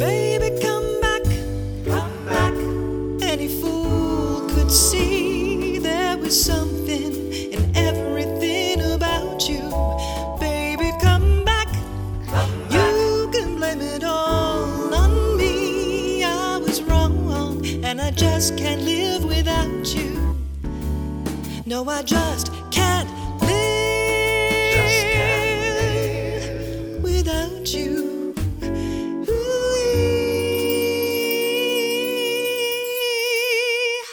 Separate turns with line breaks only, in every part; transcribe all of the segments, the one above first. Baby, come back, come back. Any fool could see there was something in everything about you. Baby, come back. You can blame it all on me. I was wrong, and I just can't live without you. No, I just can't live, without you. Ooh-wee.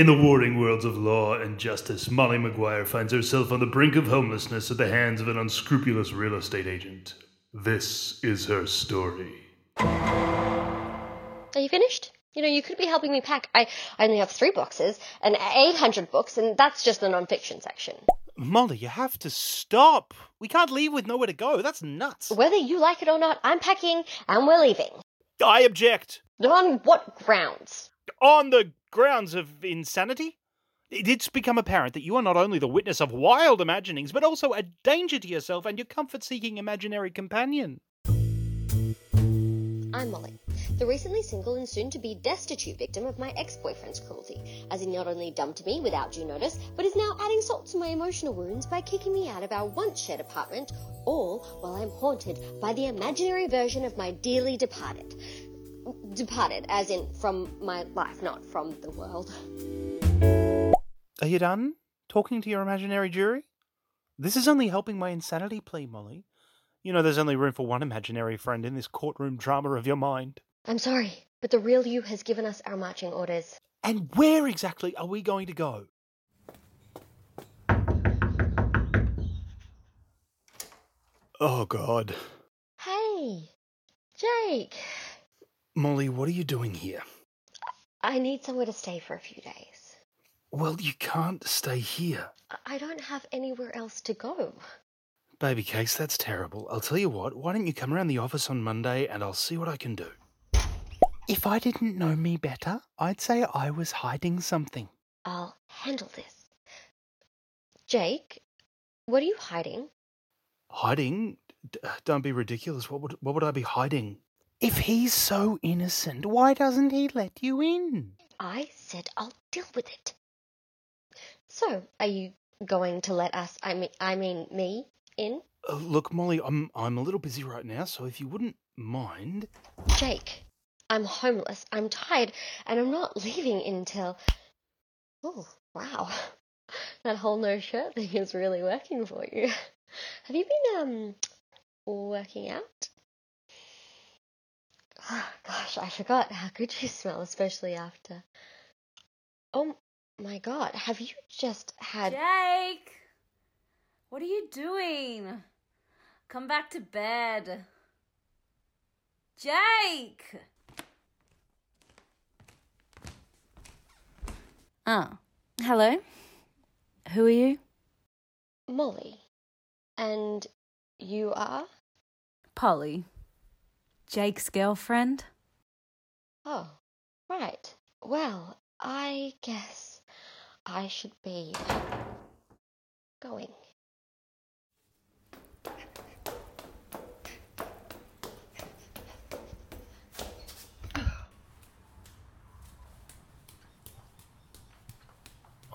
In the warring worlds of law and justice, Molly Maguire finds herself on the brink of homelessness at the hands of an unscrupulous real estate agent. This is her story.
Are you finished? You know, you could be helping me pack. I, I only have three boxes and 800 books, and that's just the non-fiction section.
Molly, you have to stop. We can't leave with nowhere to go. That's nuts.
Whether you like it or not, I'm packing and we're leaving.
I object.
On what grounds?
On the grounds of insanity? It's become apparent that you are not only the witness of wild imaginings, but also a danger to yourself and your comfort seeking imaginary companion.
I'm Molly, the recently single and soon to be destitute victim of my ex boyfriend's cruelty, as he not only dumped me without due notice, but is now adding salt to my emotional wounds by kicking me out of our once shared apartment, all while I'm haunted by the imaginary version of my dearly departed. Departed, as in from my life, not from the world.
Are you done talking to your imaginary jury? This is only helping my insanity plea, Molly. You know, there's only room for one imaginary friend in this courtroom drama of your mind.
I'm sorry, but the real you has given us our marching orders.
And where exactly are we going to go? Oh, God.
Hey, Jake,
Molly, what are you doing here?
I need somewhere to stay for a few days.
Well, you can't stay here.
I- I don't have anywhere else to go.
Baby Cakes, that's terrible. I'll tell you what, why don't you come around the office on Monday and I'll see what I can do? If I didn't know me better, I'd say I was hiding something.
I'll handle this. Jake, what are you hiding?
Hiding? D- uh, don't be ridiculous. What would, what would I be hiding? If he's so innocent, why doesn't he let you in?
I said I'll deal with it. So, are you going to let us, I mean, I mean me, in?
Uh, look, Molly, I'm, I'm a little busy right now, so if you wouldn't mind.
Jake, I'm homeless, I'm tired, and I'm not leaving until. Oh, wow. That whole no shirt thing is really working for you. Have you been, um, working out? Ah, gosh, I forgot how good you smell, especially after. Oh my god, have you just had.
Jake! What are you doing? Come back to bed. Jake! Oh, hello? Who are you?
Molly. And you are?
Polly. Jake's girlfriend?
Oh, right. Well, I guess I should be going.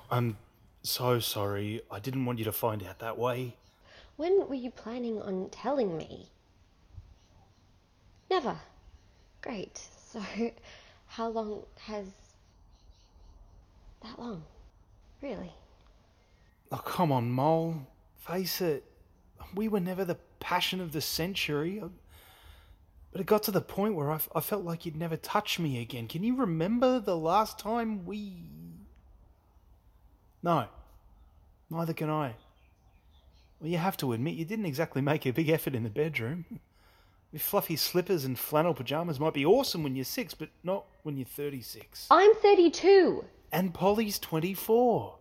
I'm so sorry. I didn't want you to find out that way.
When were you planning on telling me? Never. Great. So, how long has. That long? Really?
Oh, come on, Mole. Face it. We were never the passion of the century. I- But it got to the point where I, f- I felt like you'd never touch me again. Can you remember the last time we. No. Neither can I. Well, you have to admit, you didn't exactly make a big effort in the bedroom. Your fluffy slippers and flannel pajamas might be awesome when you're six, but not when you're 36.
I'm 32!
And Polly's 24.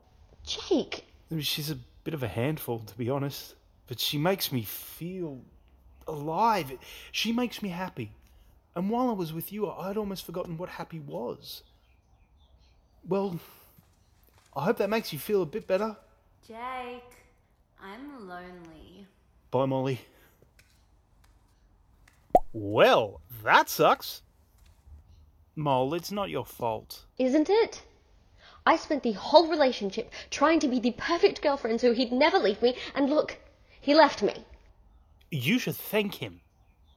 Jake!
I mean, She's a bit of a handful, to be honest. But she makes me feel alive. She makes me happy. And while I was with you, I'd almost forgotten what happy was. Well, I hope that makes you feel a bit better.
Jake, I'm lonely.
Bye, Molly. Well, that sucks. Mole, it's not your fault.
Isn't it? I spent the whole relationship trying to be the perfect girlfriend so he'd never leave me, and look, he left me.
You should thank him.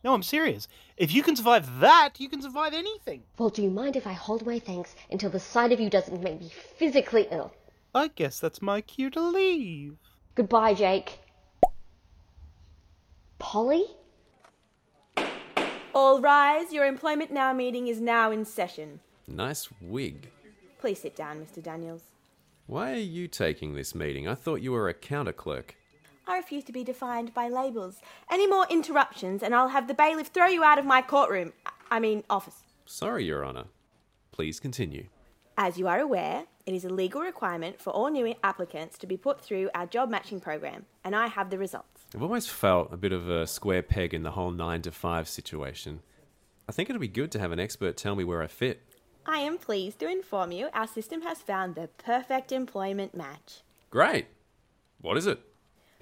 No, I'm serious. If you can survive that, you can survive anything.
Well, do you mind if I hold my thanks until the sight of you doesn't make me physically ill?
I guess that's my cue to leave.
Goodbye, Jake. Polly?
All rise. Your Employment Now meeting is now in session.
Nice wig.
Please sit down, Mr. Daniels.
Why are you taking this meeting? I thought you were a counter clerk.
I refuse to be defined by labels. Any more interruptions, and I'll have the bailiff throw you out of my courtroom. I mean, office.
Sorry, Your Honour. Please continue.
As you are aware, it is a legal requirement for all new applicants to be put through our job matching program, and I have the results.
I've almost felt a bit of a square peg in the whole 9 to 5 situation. I think it'd be good to have an expert tell me where I fit.
I am pleased to inform you our system has found the perfect employment match.
Great. What is it?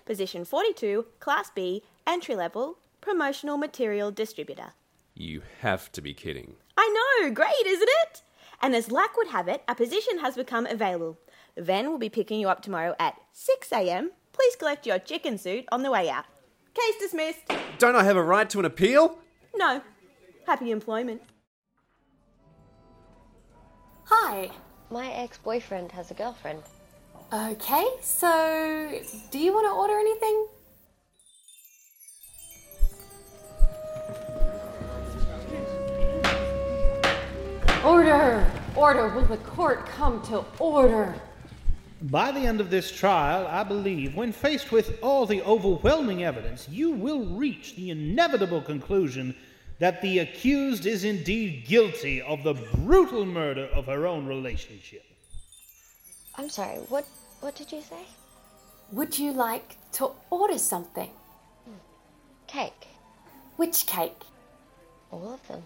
Position 42, Class B, entry level, promotional material distributor.
You have to be kidding.
I know, great, isn't it? And as luck would have it, a position has become available. Van will be picking you up tomorrow at 6am. Please collect your chicken suit on the way out. Case dismissed.
Don't I have a right to an appeal?
No. Happy employment.
Hi.
My ex boyfriend has a girlfriend.
Okay, so do you want to order anything? Order! Order! Will the court come to order?
By the end of this trial, I believe, when faced with all the overwhelming evidence, you will reach the inevitable conclusion that the accused is indeed guilty of the brutal murder of her own relationship.
I'm sorry, what, what did you say?
Would you like to order something?
Cake.
Which cake?
All of them.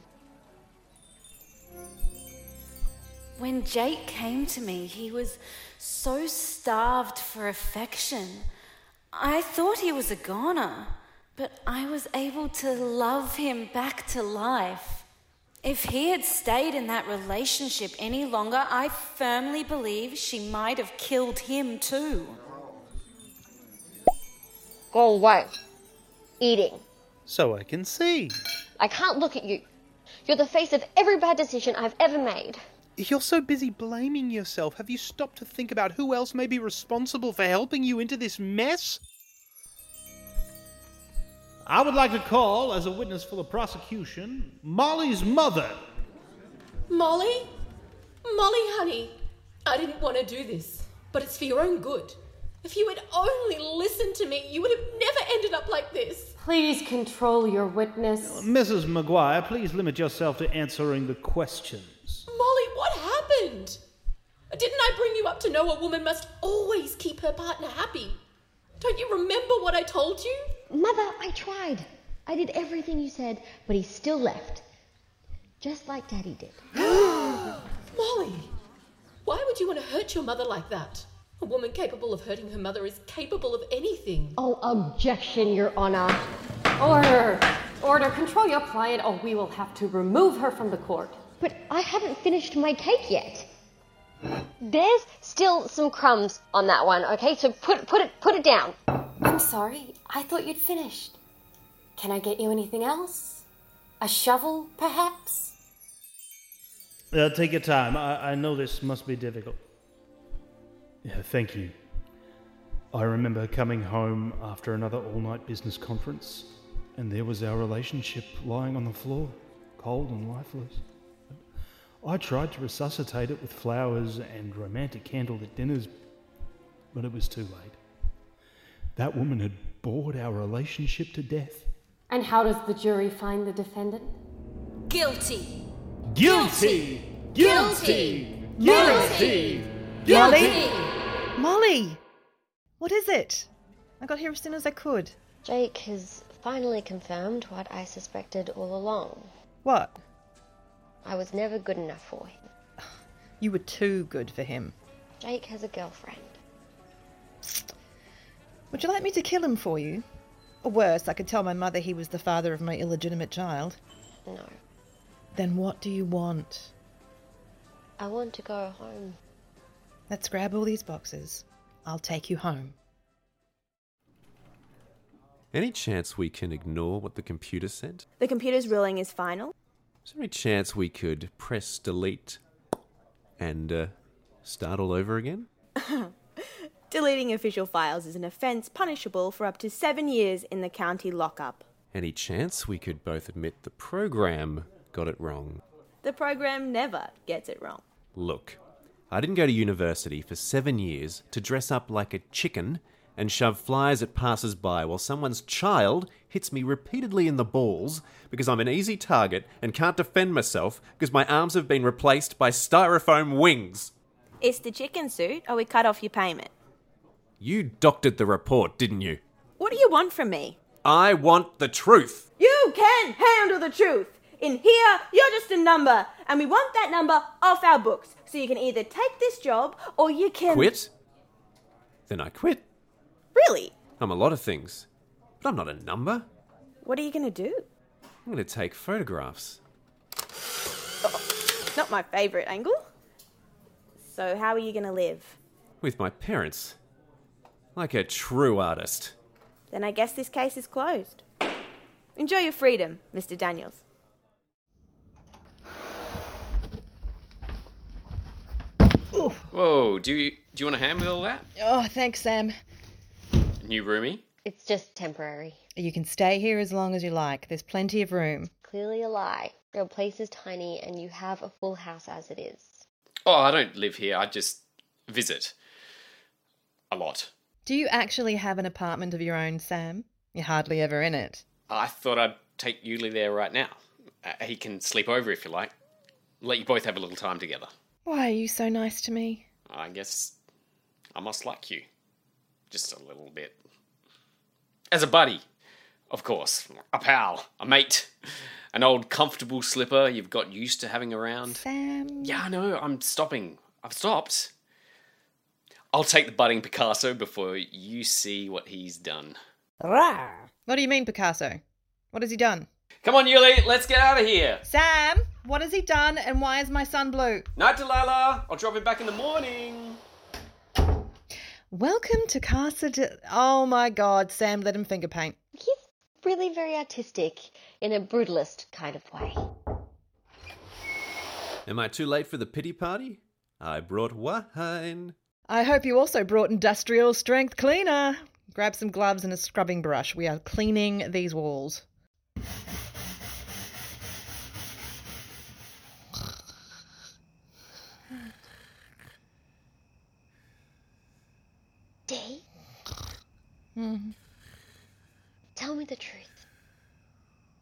When Jake came to me, he was so starved for affection. I thought he was a goner, but I was able to love him back to life. If he had stayed in that relationship any longer, I firmly believe she might have killed him too.
Go away. Eating.
So I can see.
I can't look at you. You're the face of every bad decision I've ever made.
You're so busy blaming yourself. Have you stopped to think about who else may be responsible for helping you into this mess?
I would like to call, as a witness for the prosecution, Molly's mother.
Molly? Molly, honey, I didn't want to do this, but it's for your own good. If you had only listened to me, you would have never ended up like this.
Please control your witness.
Mrs. McGuire, please limit yourself to answering the questions.
Molly, what happened? Didn't I bring you up to know a woman must always keep her partner happy? Don't you remember what I told you?
Mother, I tried. I did everything you said, but he still left. Just like Daddy did.
Molly, why would you want to hurt your mother like that? A woman capable of hurting her mother is capable of anything.
Oh, objection, Your Honor.
Order! Order! Control your client or we will have to remove her from the court.
But I haven't finished my cake yet. There's still some crumbs on that one, okay? So put put it put it down.
I'm sorry, I thought you'd finished. Can I get you anything else? A shovel, perhaps?
Uh, take your time. I, I know this must be difficult.
Yeah, thank you. I remember coming home after another all night business conference, and there was our relationship lying on the floor, cold and lifeless. I tried to resuscitate it with flowers and romantic candlelit dinners, but it was too late. That woman had bored our relationship to death.
And how does the jury find the defendant?
Guilty.
Guilty!
Guilty!
Guilty!
Molly? Molly! What is it? I got here as soon as I could.
Jake has finally confirmed what I suspected all along.
What?
I was never good enough for him.
You were too good for him.
Jake has a girlfriend.
Would you like me to kill him for you? Or worse, I could tell my mother he was the father of my illegitimate child.
No.
Then what do you want?
I want to go home.
Let's grab all these boxes. I'll take you home.
Any chance we can ignore what the computer said?
The computer's ruling is final.
Is there any chance we could press delete and uh, start all over again?
Deleting official files is an offence punishable for up to seven years in the county lockup.
Any chance we could both admit the program got it wrong?
The program never gets it wrong.
Look, I didn't go to university for seven years to dress up like a chicken and shove flies at passers by while someone's child hits me repeatedly in the balls because I'm an easy target and can't defend myself because my arms have been replaced by styrofoam wings.
It's the chicken suit, or we cut off your payment.
You doctored the report, didn't you?
What do you want from me?
I want the truth.
You can handle the truth! In here, you're just a number, and we want that number off our books. So you can either take this job or you can.
Quit? Then I quit.
Really?
I'm a lot of things, but I'm not a number.
What are you gonna do?
I'm going to take photographs.
Not my favourite angle. So, how are you gonna live?
with my parents. Like a true artist.
Then I guess this case is closed. Enjoy your freedom, Mr. Daniels.
Whoa, do you do you want to handle that?
Oh, thanks, Sam.
New roomie?
It's just temporary.
You can stay here as long as you like. There's plenty of room.
Clearly a lie. Your place is tiny and you have a full house as it is.
Oh, I don't live here. I just visit a lot.
Do you actually have an apartment of your own, Sam? You're hardly ever in it.
I thought I'd take Yuli there right now. Uh, he can sleep over if you like. Let you both have a little time together.
Why are you so nice to me?
I guess I must like you. Just a little bit. As a buddy, of course. A pal, a mate, an old comfortable slipper you've got used to having around.
Sam.
Yeah, I know, I'm stopping. I've stopped. I'll take the budding Picasso before you see what he's done.
What do you mean, Picasso? What has he done?
Come on, Yuli, let's get out of here.
Sam, what has he done and why is my son blue?
Night, Delilah. I'll drop him back in the morning.
Welcome to Casa de. Oh my god, Sam, let him finger paint.
Really very artistic in a brutalist kind of way.
Am I too late for the pity party? I brought wine.
I hope you also brought industrial strength cleaner. Grab some gloves and a scrubbing brush. We are cleaning these walls.
D,
Hmm.
tell me the truth.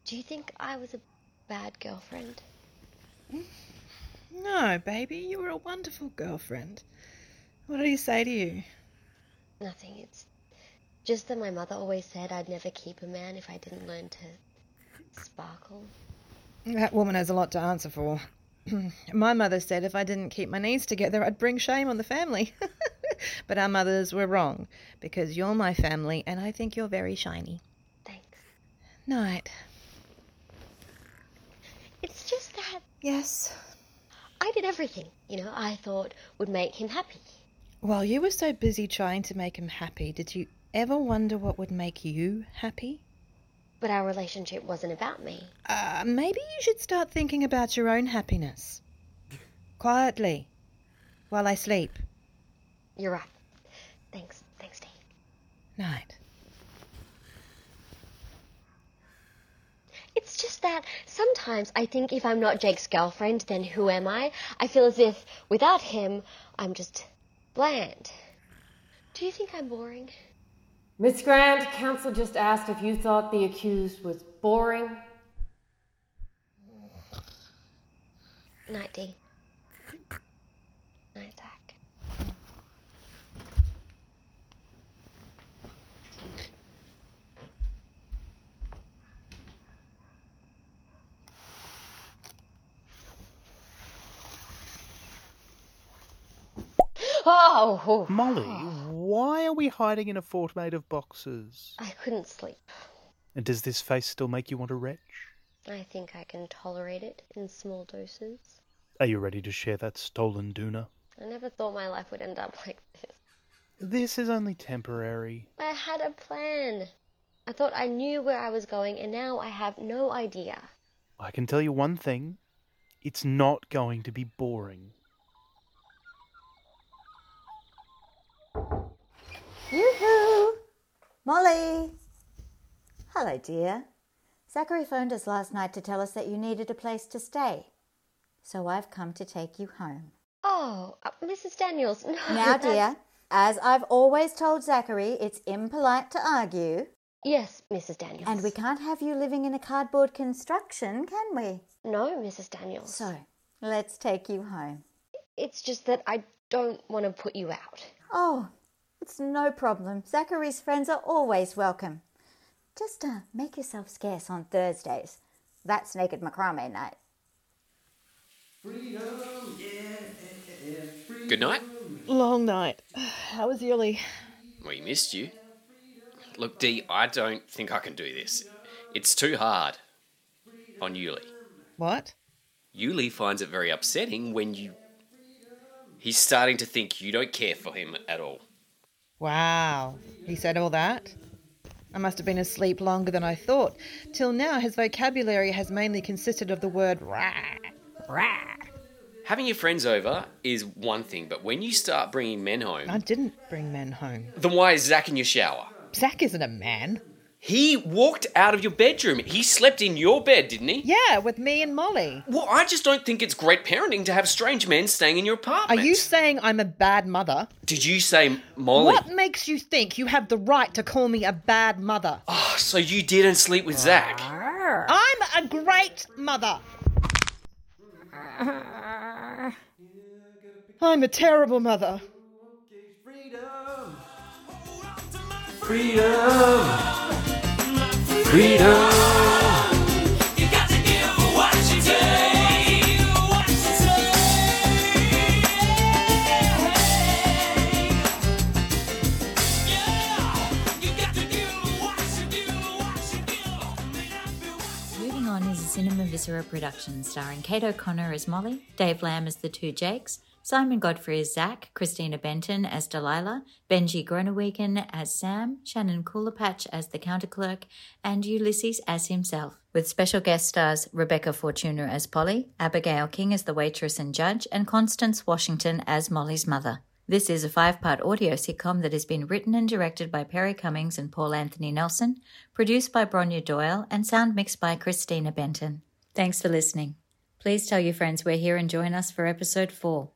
Do you think I was a bad girlfriend?
No, baby, you were a wonderful girlfriend. What did he say to you?
Nothing. It's just that my mother always said I'd never keep a man if I didn't learn to sparkle.
That woman has a lot to answer for. my mother said if I didn't keep my knees together, I'd bring shame on the family. but our mothers were wrong because you're my family and I think you're very shiny. Thanks. Night.
It's just that
Yes.
I did everything, you know, I thought would make him happy.
While you were so busy trying to make him happy, did you ever wonder what would make you happy?
But our relationship wasn't about me.
Uh, maybe you should start thinking about your own happiness. Quietly, while I sleep.
You're right. Thanks. Thanks, Dave.
Night.
It's just that sometimes I think if I'm not Jake's girlfriend, then who am I? I feel as if without him, I'm just bland. Do you think I'm boring?
Miss Grand, counsel just asked if you thought the accused was boring.
Night, D. Night, Zach. Oh!
Molly, why are we hiding in a fort made of boxes?
I couldn't sleep.
And does this face still make you want to retch?
I think I can tolerate it in small doses.
Are you ready to share that stolen Duna?
I never thought my life would end up like this.
This is only temporary.
I had a plan. I thought I knew where I was going, and now I have no idea.
I can tell you one thing it's not going to be boring.
Yoo-hoo! Molly! Hello, dear. Zachary phoned us last night to tell us that you needed a place to stay. So I've come to take you home.
Oh, uh, Mrs. Daniels, no.
Now,
that's-
dear, as I've always told Zachary, it's impolite to argue.
Yes, Mrs. Daniels.
And we can't have you living in a cardboard construction, can we?
No, Mrs. Daniels.
So, let's take you home.
It's just that I don't want to put you out.
Oh, it's no problem. Zachary's friends are always welcome. Just uh, make yourself scarce on Thursdays. That's Naked Macrame night.
Good night.
Long night. How was Yuli?
We missed you. Look, D, I don't think I can do this. It's too hard on Yuli.
What?
Yuli finds it very upsetting when you. He's starting to think you don't care for him at all.
Wow. He said all that? I must have been asleep longer than I thought. Till now, his vocabulary has mainly consisted of the word rah, rah.
Having your friends over is one thing, but when you start bringing men home,
I didn't bring men home.
then why is Zach in your shower?
Zach isn't a man.
He walked out of your bedroom. He slept in your bed, didn't he?
Yeah, with me and Molly.
Well, I just don't think it's great parenting to have strange men staying in your
Are
apartment.
you saying I'm a bad mother?
Did you say Molly?
What makes you think you have the right to call me a bad mother?
Oh, so you didn't sleep with Zach?
I'm a great mother. I'm a terrible mother.
Freedom! Freedom!
Moving On is a Cinema Viscera production starring Kate O'Connor as Molly, Dave Lamb as the two Jakes, Simon Godfrey as Zach, Christina Benton as Delilah, Benji Gronewagen as Sam, Shannon Coolapatch as the counter clerk, and Ulysses as himself, with special guest stars Rebecca Fortuna as Polly, Abigail King as the waitress and judge, and Constance Washington as Molly's mother. This is a five part audio sitcom that has been written and directed by Perry Cummings and Paul Anthony Nelson, produced by Bronya Doyle, and sound mixed by Christina Benton. Thanks for listening. Please tell your friends we're here and join us for episode four.